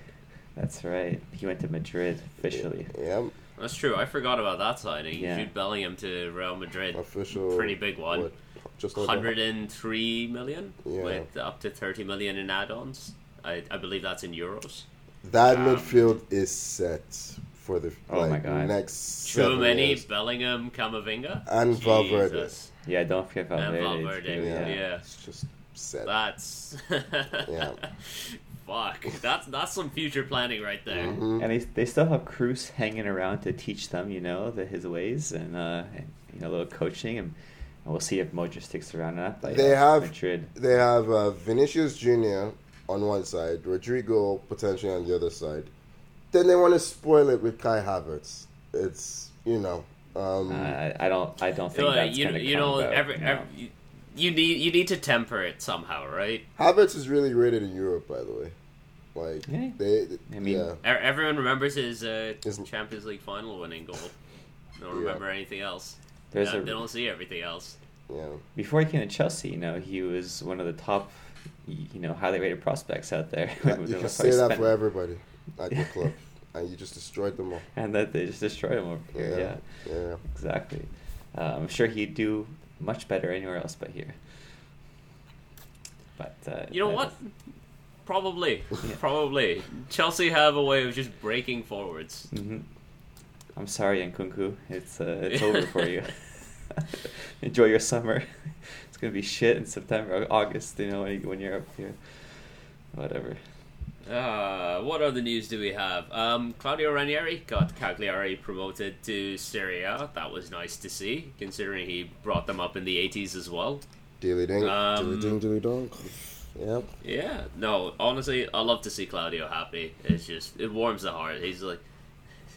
that's right. He went to Madrid officially. Yeah, That's true. I forgot about that signing. Yeah. Jude Bellingham to Real Madrid, official. Pretty big one. just under- 103 million Yeah. with up to 30 million in add-ons. I, I believe that's in euros. That Um, midfield is set for the Oh my like, God. next seven Chouameni, years. Bellingham, Camavinga, And Valverde. Jesus. Yeah, don't forget And Valverde. Valverde, Yeah. yeah. It's just sad. That's fuck. That's that's some future planning right there. Mhm. And they, they still have Cruz hanging around to teach them, you know, the, his ways and, uh, and you know, a little coaching, and, and we'll see if Modric sticks around or not. But, They uh, have- Madrid. They have uh, Vinicius Jr. on one side, Rodrigo potentially on the other side. Then they want to spoil it with Kai Havertz. It's you know, um, Uh, I I don't. I don't think Uh, that's you gonna you come know about, every, no. every you, you need you need to temper it somehow, right? E, Havertz is really rated in Europe, by the way. Like Yeah. they, I mean- yeah, E- Everyone remembers his uh, Isn't- Champions League final winning goal. Don't Yeah. remember anything else. There's Yeah, a- They don't see everything else. yeah. before he came to Chelsea, you know, he was one of the top, you know, highly rated prospects out there. When- when You can they say first that spent- for everybody at your club, and you just destroyed them all. And that they just destroyed him over here. Yeah, Yeah, yeah. exactly. Uh, I'm sure he'd do much better anywhere else but here. But uh, You know I- what? Probably, probably. Chelsea have a way of just breaking forwards. Mhm. I'm sorry, Nkunku. It's uh, it's over for you. Enjoy your summer. It's gonna be shit in September, August. You know when, you, when you're up here, whatever. Uh, what other news do we have? Um, Claudio Ranieri got Cagliari promoted to Serie A. That was nice to see, considering he brought them up in the 80s as well. Dilly ding, dilly Um, ding, dilly dong. Yep. Yeah, no, honestly, I love to see Claudio happy. It's just, it warms the heart. He's like,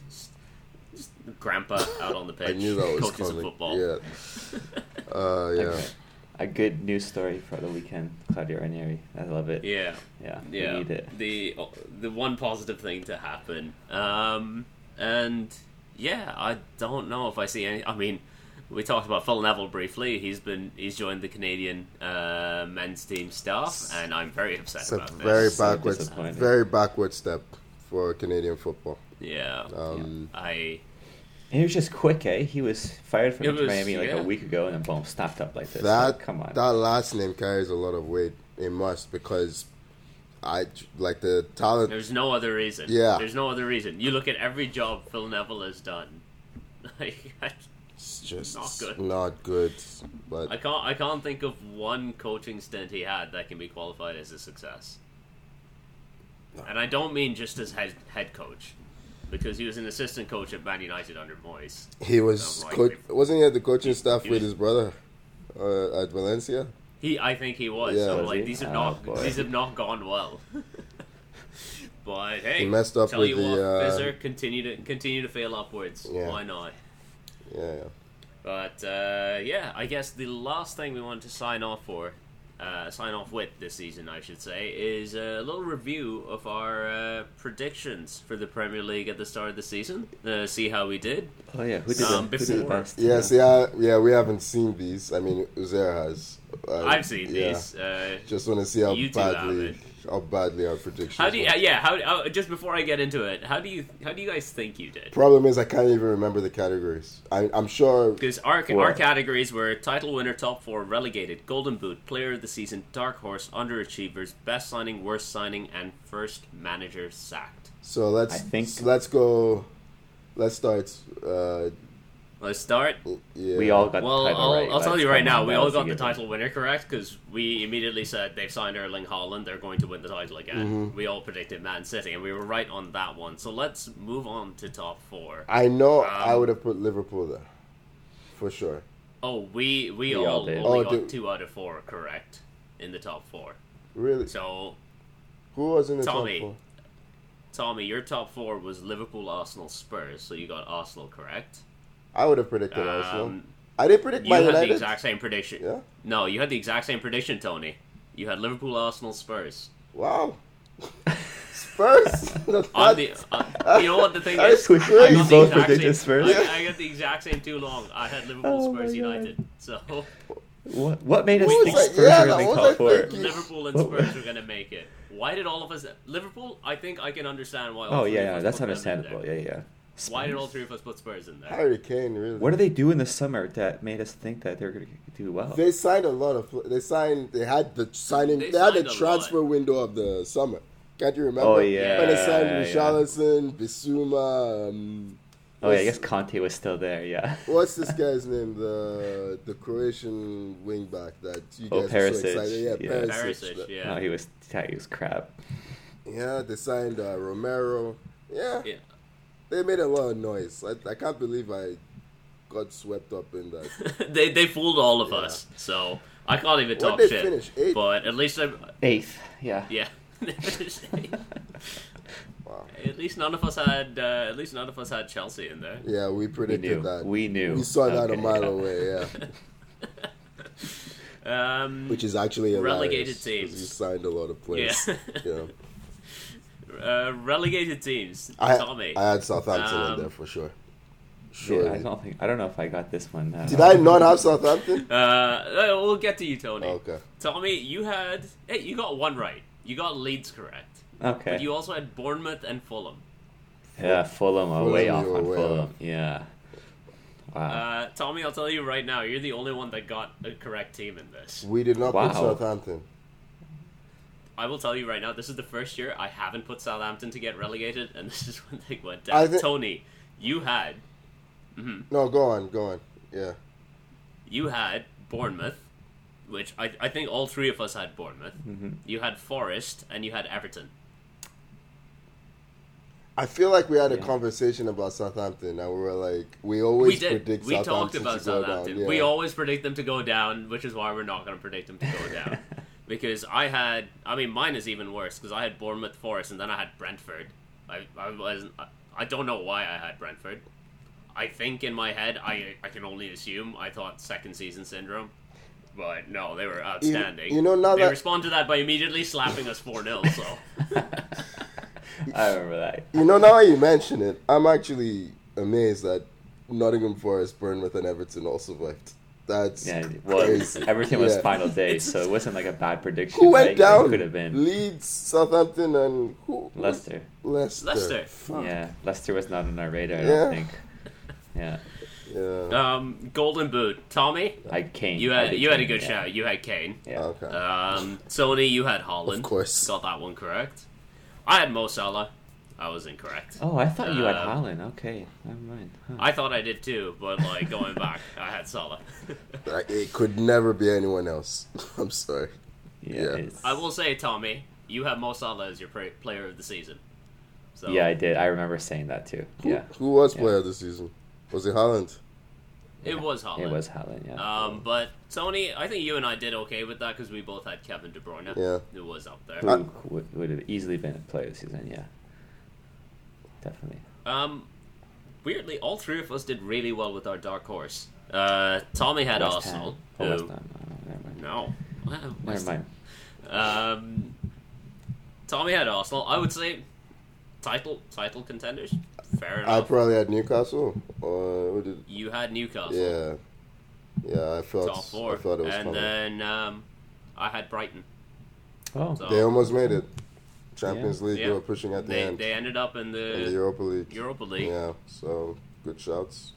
just- just grandpa out on the pitch, I knew that was coaches of coming. football. Yeah. Uh, yeah. A good news story for the weekend, Claudio Ranieri. I love it. yeah. Yeah, we yeah, need it. the the one positive thing to happen. Um, and yeah, I don't know if I see any. I mean, we talked about Phil Neville briefly. He's been he's joined the Canadian uh, men's team staff, and I'm very upset It's a about very this. So backwards, disappointing. very backward step for Canadian football. Yeah, Um, I And he was just quick, eh? He was fired from It was- Miami like yeah. a week ago, and then boom, snapped up like this. That Like, come on, that last name carries a lot of weight. It must because I like the talent. there's no other reason. Yeah. there's no other reason. You look at every job Phil Neville has done. Like, I, It's just Not good. Not good. I But can't I can't think of one coaching stint he had that can be qualified as a success. And I don't mean just as head head coach, because he was an assistant coach at Man United under Moyes. he was Not coach. likely. Wasn't he at the coaching staff He with was- his brother uh, at Valencia? He, I think he was. Yeah. so Was Ah, like he? these have Oh, not boy. these have not gone well. but hey, He messed up tell with you the, what, uh, Visser continue to continue to fail upwards. Yeah. Why not? Yeah. yeah. But uh, yeah, I guess the last thing we wanted to sign off for, uh, sign off with this season, I should say, is a little review of our uh, predictions for the Premier League at the start of the season. Uh, see how we did. oh yeah, who did, Um, the, who did the before- best? Yeah, see, I, yeah, we haven't seen these. I mean, Uzair has. Uh, I've seen yeah. these. Uh, Just want to see how You two badly, haven't. how badly our predictions. how do you, were. uh, yeah? How uh, just before I get into it, how do you how do you guys think you did? Problem is, I can't even remember the categories. I, I'm sure. Because our, our Well- categories were title winner, top four, relegated, golden boot, player of the season, dark horse, underachievers, best signing, worst signing, and first manager sacked. So let's I think- so let's go. Let's start. Uh, Let's start. yeah. We all got Well, the title I'll, right. I'll tell lads. you right Come now, on, we that all was a got the given. title winner correct because we immediately said they've signed Erling Haaland, they're going to win the title again. Mm-hmm. We all predicted Man City, and we were right on that one. So let's move on to top four. I know. I Um, would have put Liverpool there, for sure. Oh, we we, all all, did. only Oh, got dude. two out of four correct in the top four. Really, So who was in the Tommy. top Tommy, your top four was Liverpool, Arsenal, Spurs. So you got Arsenal correct. four? I would have predicted Arsenal. Um, I didn't predict you Man had United. the exact same prediction. Yeah. No, you had the exact same prediction, Tony. You had Liverpool, Arsenal, Spurs. Wow. Spurs. That's On the, uh, you know what the thing That's is? crazy. I You got, the both exact predicted same, Spurs. I, I got the exact same too long. I had Liverpool, Oh my Spurs, God. United. So What, what made us What was think I- Spurs yeah, were going what to was I top four? thinking? Liverpool and What- Spurs are going to make it. Why did all of us? Liverpool. I think I can understand why. all Oh three yeah, of yeah, us that's put them in understandable. there. Yeah, yeah. Why did all Spurs. three of us put Spurs in there? Harry Kane, really. What did they do in the summer that made us think that they're going to do well? They signed a lot of. pl- They signed. They had the signing. They, They had the signed a transfer window of the summer. Can't you remember? Oh, yeah, Benassad, yeah. Richarlison, Bissouma. Um, Oh yeah, I what's- guess Conte was still there. Yeah. What's this guy's name? The the Croatian wingback that you Oh, guys are Perisic, so excited. Yeah, yeah. Perisic. Perisic, No, yeah. he was he was crap. Yeah, they signed uh, Romero. Yeah, yeah. they made a lot of noise. I, I can't believe I got swept up in that. they they fooled all of Yeah. us, so I can't even What'd talk they shit. finish? Eighth? But at least I, Eighth. Yeah. yeah. at Wow. least none of us had. Uh, at least none of us had Chelsea in there. Yeah, we We predicted knew. that. We knew. We saw that a Okay, mile yeah. away. Yeah, Um, which is actually hilarious, Relegated 'cause teams. You signed a lot of players. Yeah. yeah. uh, relegated teams. I, Tommy. I had Southampton Um, in there for sure. Sure. Yeah, I don't think I don't know if I got this one. Uh, Did I not have Southampton? uh, uh, we'll get to you, Tony. Okay. Tommy, you had. Hey, you got one right. You got Leeds correct. Okay. But you also had Bournemouth and Fulham. yeah, Fulham are way Fulham, off you were on way Fulham. off. Yeah. Wow. Uh, Tommy, I'll tell you right now, you're the only one that got a correct team in this. We did not Wow. put Southampton. I will tell you right now, this is the first year I haven't put Southampton to get relegated, and this is when they went I down. thi- Tony, you had No, go on, go on. Yeah. you had Bournemouth, which I, I think all three of us had Bournemouth. Mm-hmm. You had Forest, and you had Everton. I feel like we had a Yeah. conversation about Southampton, and we were like, we We always did. predict We Southampton talked about to go Southampton. down. Yeah. We always predict them to go down, which is why we're not going to predict them to go down. because I had, I mean, mine is even worse because I had Bournemouth, Forest, and then I had Brentford. I I wasn't. I, I don't know why I had Brentford. I think in my head, I I can only assume I thought second season syndrome. But no, they were outstanding. you know, now they that- respond to that by immediately slapping us four 0 So I remember that. You know, now you mention it, I'm actually amazed that Nottingham Forest, Bournemouth, and Everton all survived. That's Yeah, well, crazy. everything was Yeah. final day, so it wasn't like a bad prediction. Who right? went It down? Could have been Leeds, Southampton, and who? Leicester. Leicester. Leicester. Fuck. Yeah, Leicester was not on our radar. I Yeah. don't think. Yeah, Yeah. um, Golden Boot, Tommy, I Kane. you I had did you had a Kane, good yeah. shout. You had Kane. Yeah. Okay. Um, Sony, you had Holland. Of course. Got that one correct. I had Mo Salah. I was incorrect. Oh, I thought you had Uh, Holland. Okay, never mind. Huh. I thought I did too, but like going back, I had Salah. Like, it could never be anyone else. I'm sorry. yeah, yeah. it's- I will say, Tommy, you have Mo Salah as your pra- player of the season. So Yeah, I did. I remember saying that too. Yeah, Who was Yeah. player of the season? Was it Holland? it Yeah. was Holland. it was Holland. Yeah. Um, but Tony, I think you and I did okay with that because we both had Kevin De Bruyne. Yeah. who was up there. I- Luke would, would have easily been a player this season. Yeah, definitely. Um, weirdly, all three of us did really well with our dark horse. Uh, Tommy had West Ham. Arsenal. Oh, West who- Ham. Oh, never mind. No. Never mind. Um, Tommy had Arsenal. I would say title title contenders. Fair I enough. probably had Newcastle. Or who did? you had Newcastle. Yeah, yeah. I felt. Top four. I thought it was and coming. then um, I had Brighton. Oh, So they almost made it. Champions League. uh, Yeah. They were pushing at the they, end. they ended up in the, in the Europa League. Europa League. Yeah. So good shots.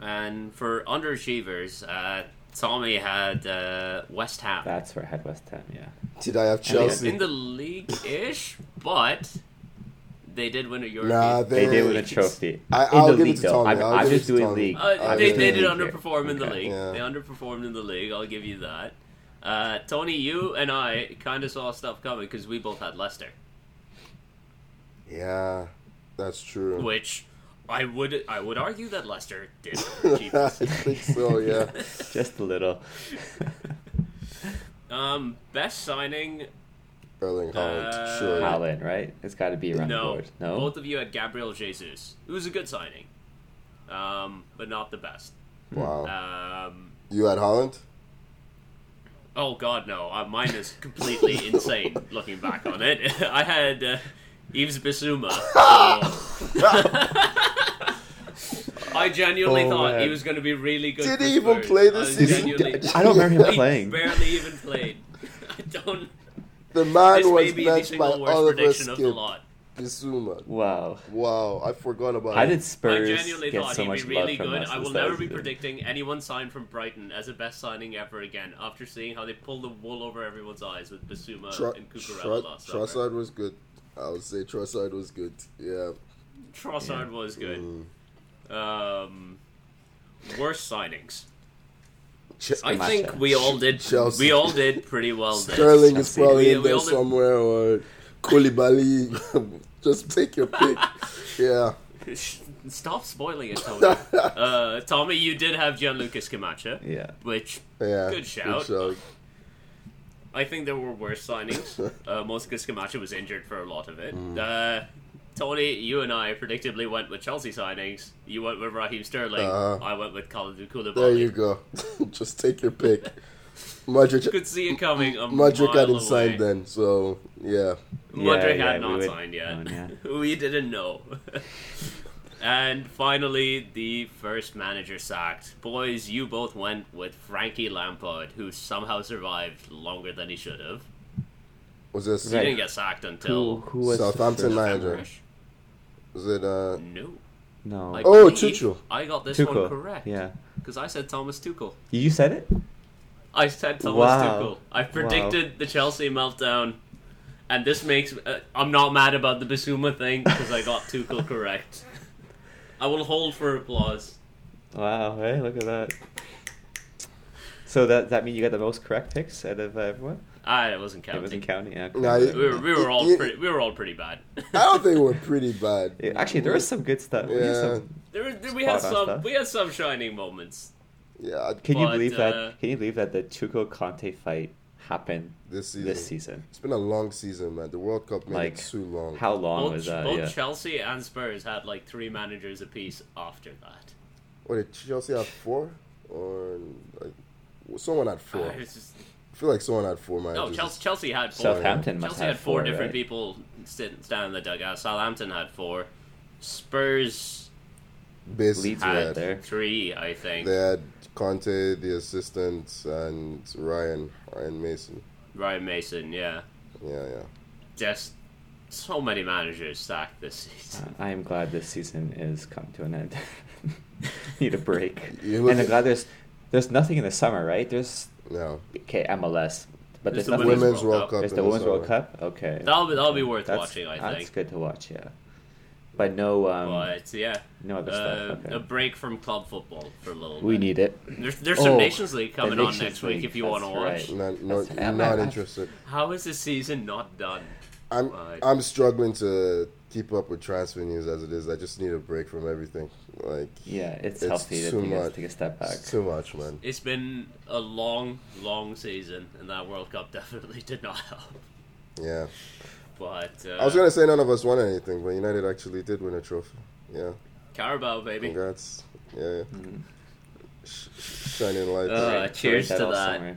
And for underachievers, uh, Tommy had uh, West Ham. that's where I had West Ham. Yeah. Did I have Chelsea? in the league ish, but they did win a European. nah, They they, did win a trophy. I- In I'll the give it league, to though. Tommy. I'm, I'll I'm give it just to doing Tommy. league. Uh, I I'm they just think- they doing did league here. underperform in the Okay. league. Yeah. They underperformed in the league. I'll give you that. Uh, Tony, you and I kind of saw stuff coming because we both had Leicester, Yeah, that's true. which I would I would argue that Leicester did. achieve I this. think so. Yeah. Just a little. um, best signing? Erling Holland. Uh, sure. Holland, right? It's got to be around the No, board. No. both of you had Gabriel Jesus. It was a good signing, um, but not the best. Wow. Um, You had Holland? Oh God, no! Uh, mine is completely insane. Looking back on it, I had uh, Yves Bissouma. I genuinely Oh, thought he man. was going to be really good. Did for he even Spurs. play this I season? genuinely- I don't remember him he playing. barely even played. I don't. The man This may be was the matched by single worst Oliver prediction of the Skip. lot. Bissouma. Wow. Wow, I forgot about How it. did Spurs I genuinely get thought so he'd much be really love from good. us I will this never be offseason? predicting anyone signed from Brighton as the best signing ever again after seeing how they pulled the wool over everyone's eyes with Basuma Tro- and Cucurella Tro- Uh, last summer. Trossard was good. I would say Trossard was good. Yeah. Trossard was good. Mm. Um, worst signings. Che- I Smash think it. we all did. Chelsea. We all did pretty well. there. Sterling is Chelsea. probably We- in we there all did- somewhere, or Koulibaly. Just take your pick. yeah. Stop spoiling it, Tommy. uh, Tommy, you did have Gianluca Scamacca, Yeah. which Yeah. Good shout. shout. I think there were worse signings. uh, Mosca Scamacca was injured for a lot of it. Mm. Uh, Tony, you and I predictably went with Chelsea signings. You went with Raheem Sterling. Uh-huh. I went with Khalid Koulibaly. There you go. Just take your pick. Modric, Could see it coming. A Modric mile hadn't away. signed then, so Yeah, yeah. Mudrick yeah, had we not would- signed yet. Oh, yeah. we didn't know. and finally, the first manager sacked. Boys, you both went with Frankie Lampard, who somehow survived longer than he should have. Was this He Right. didn't get sacked until who was the Southampton first- manager? was it? Uh, No. No. I Oh, believe Tuchel. I got this one Tuchel. correct. Yeah. Because I said Thomas Tuchel. You said it? I said Thomas Wow. Tuchel. I predicted the Chelsea meltdown, and this makes uh, I'm not mad about the Basuma thing because I got Tuchel correct. I will hold for applause. Wow, hey, look at that. So that that mean you got the most correct picks out of uh, everyone? Ah, it wasn't It counting. wasn't counting. Yeah, okay. Nah, you- we were we were all You- pretty we were all pretty bad. I don't think we're pretty bad. Yeah, actually, there was some good stuff. We had Yeah. some- there, was- there- we had Spot some on stuff. we had some shining moments. Yeah, I- can you But, believe uh, that? Can you believe that the Tuchel Conte fight happened this season. this season? It's been a long season, man. The World Cup made Like it too long. How long Both, was that? both yeah. Chelsea and Spurs had like three managers apiece after that. What did Chelsea have four? Or like well, someone had four. Ah, it's just- I feel like someone had four No, managers. Chelsea, Chelsea had four. Southampton must Chelsea have had four, four, different right? people sitting down in the dugout. Southampton had four. Spurs Basically, Leeds were had had- there. three, I think. they had Conte, the assistant, and Ryan Ryan Mason. Ryan Mason, yeah. Yeah, yeah. Just so many managers stacked this season. Uh, I am glad this season is come to an end. Need a break. You and look I'm at- glad there's there's nothing in the summer, right? There's No, okay MLS, but There's there's, the nothing. Women's Women's, World World, Cup. Cup. there's in the Women's World summer. Cup. Okay, That'll be that'll be worth That's- watching, I that's think. good to watch. Yeah, but no, um, But yeah, no other uh, stuff. Okay. a break from club football for a little. we bit. need it. There's there's some Oh, Nations League the coming on Nations next week League, if you want to watch. that's right. Not, not, That's- not I- I- interested. How is this season not done? I'm Right. I'm struggling to keep up with transfer news as it is. I just need a break from everything. Like Yeah, it's, It's healthy to too take a, much. take a step back. it's too much, man. It's been a long, long season, and that World Cup definitely did not help. Yeah, But uh, I was gonna say none of us won anything, but United actually did win a trophy. Yeah, Carabao, baby. congrats. Yeah, Mm-hmm. Sh- shining light. Uh, Right, cheers right, to all that. summer.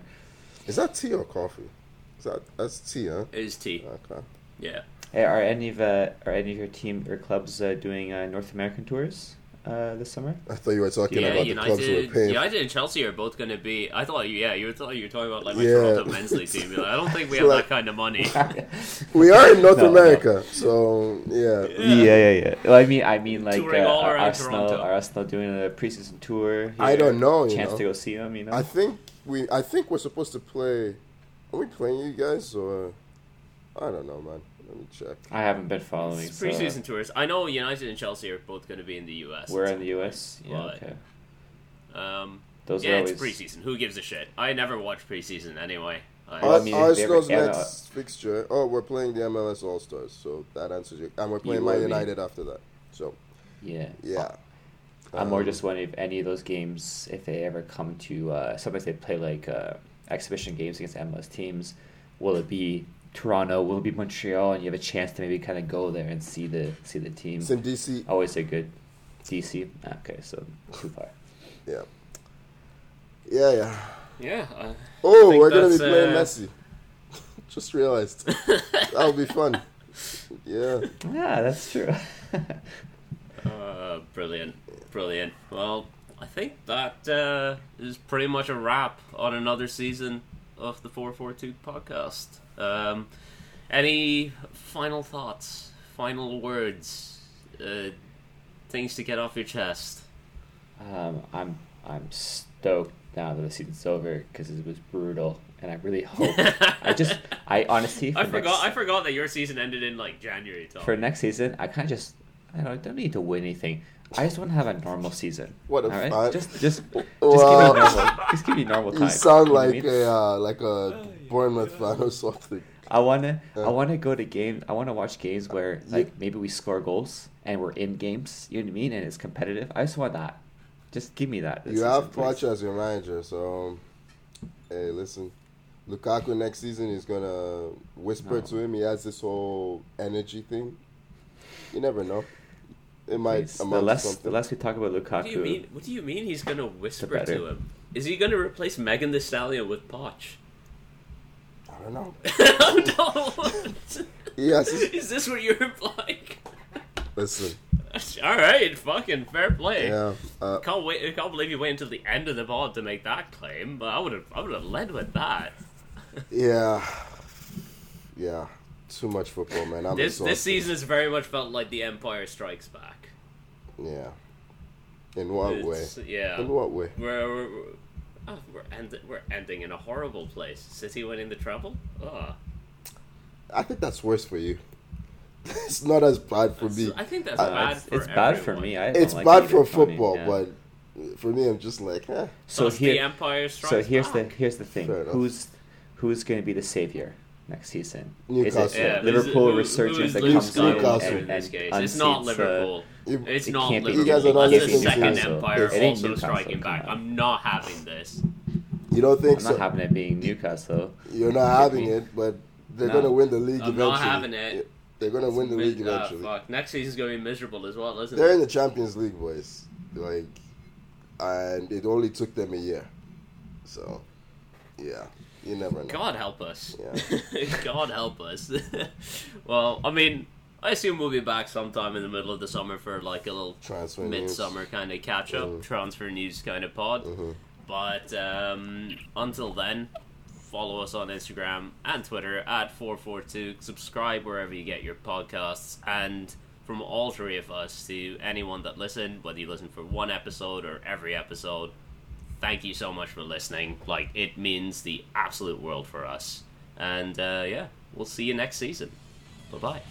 is that tea or coffee? Is that that's tea, huh? It is tea. Okay. Yeah. Hey, are any of uh, are any of your team or clubs uh, doing uh, North American tours uh, this summer? I thought you were talking Yeah, about the clubs who United, were paying. United and Chelsea are both going to be. I thought, yeah, you were, thought you were talking about like my Yeah. Toronto men's league team. You're like, I don't think we have that kind of money. We are in North No, no. America, so yeah. Yeah, yeah, yeah. Well, I mean, I mean, like Touring uh, all are around Arsenal, Toronto. are Arsenal doing a preseason tour. I here? don't know, you Chance know. to go see them, you know. I think we. I think we're supposed to play. Are we playing you guys or? I don't know, man. Let me check. I haven't been following. It's preseason tours. I know United and Chelsea are both going to be in the US. So we're in the U.S. Yeah, Right. okay. Um, Those yeah, are it's always preseason. Who gives a shit? I never watch preseason anyway. I, Well, I Ar- mean, if they were- Arsenal's yeah, no, next fixture. Oh, we're playing the MLS All Stars, so that answers you. And we're playing You Oh. Man will be. United after that. So Yeah, yeah. I'm more Um, just wondering if any of those games, if they ever come to, uh, sometimes they play like uh, exhibition games against MLS teams. Will it be Toronto? Will it be Montreal? And you have a chance to maybe kind of go there and see the see the team. It's in DC. Always a good DC. Okay, so too far. Yeah. Yeah, yeah. yeah. I, Oh, think we're gonna be that's, playing uh, Messi. just realized that'll be fun. Yeah. Yeah, that's true. Uh, brilliant, brilliant. Well, I think that uh, is pretty much a wrap on another season of the Four Four Two podcast. Um, any final thoughts final words, uh, things to get off your chest. Um, I'm I'm stoked now that the season's over because it was brutal, and I really hope. I just I honestly for I forgot. I next, forgot that your season ended in like January. Tom. for next season I kind of just I don't, I don't need to win anything. I just want to have a normal season. What the all right? fuck? Just just just give Wow. me normal. Just give me normal time. You sound know what I like mean? a uh, like Oh, a Bournemouth fan or something. I wanna I Uh. wanna go to game I wanna watch games where You- like maybe we score goals and we're in games, you know what I mean? And it's competitive. I just want that. Just give me that. this You season, have please. Poch as your manager, so um, hey, listen, Lukaku next season is gonna whisper No. to him. He has this whole energy thing. You never know. It might Please. amount The to less something. the less we talk about What do you mean? Lukaku. What do you mean he's gonna whisper better. to him? Is he gonna replace Megan the Stallion with Poch? I don't know. no. Yes, Is this what you're implying? listen. All right, fucking fair play. Yeah, uh, Can't wait! I can't believe you wait until the end of the pod to make that claim. But I would have, I would have led with that. yeah, yeah. Too much football, man. I'm this exhausted. this season has very much felt like The Empire Strikes Back. Yeah. In what way? It's- uh, Yeah, In we're what way? we're, we're, oh, we're, end, we're ending in a horrible place. City winning the treble. Ugh. I think that's worse for you. it's not as bad for me. So I think that's No, bad. uh, it's for it's bad for everyone. me. I don't It's like bad it for either, Tony. football, Yeah. but for me, I'm just like, eh. So, so it's The here Empire Strikes so here's the Back. here's the thing. Fair enough. Who's who's going to be the savior next season? Is Newcastle. it Yeah, Yeah, who's- Liverpool who- who resurgence is that Luke comes in and, Newcastle. Skywalker in and, this case? It's not unseats, uh, Liverpool. It- It's it not can't be Liverpool. You guys are That's not the listening to second this. empire It ain't also Newcastle, striking come back. on. I'm not having this. you don't think I'm not so? having it being Newcastle. You're not having it, but they're No. gonna win the league I'm eventually. not having it. They're gonna win the league Ah, eventually. fuck. Next season's gonna be miserable as well, isn't they're it? in the Champions League, boys. Like, and it only took them a year. So, yeah, you never know. God help us. Yeah. God help us. well, I mean, I assume we'll be back sometime in the middle of the summer for like a little Transfer news. midsummer kind of catch up, Mm. transfer news kind of pod. Mhm. But um, until then, follow us on Instagram and Twitter at 442. Subscribe wherever you get your podcasts. And from all three of us to anyone that listened, whether you listen for one episode or every episode, thank you so much for listening. Like, it means the absolute world for us. And uh, yeah, we'll see you next season. Bye bye.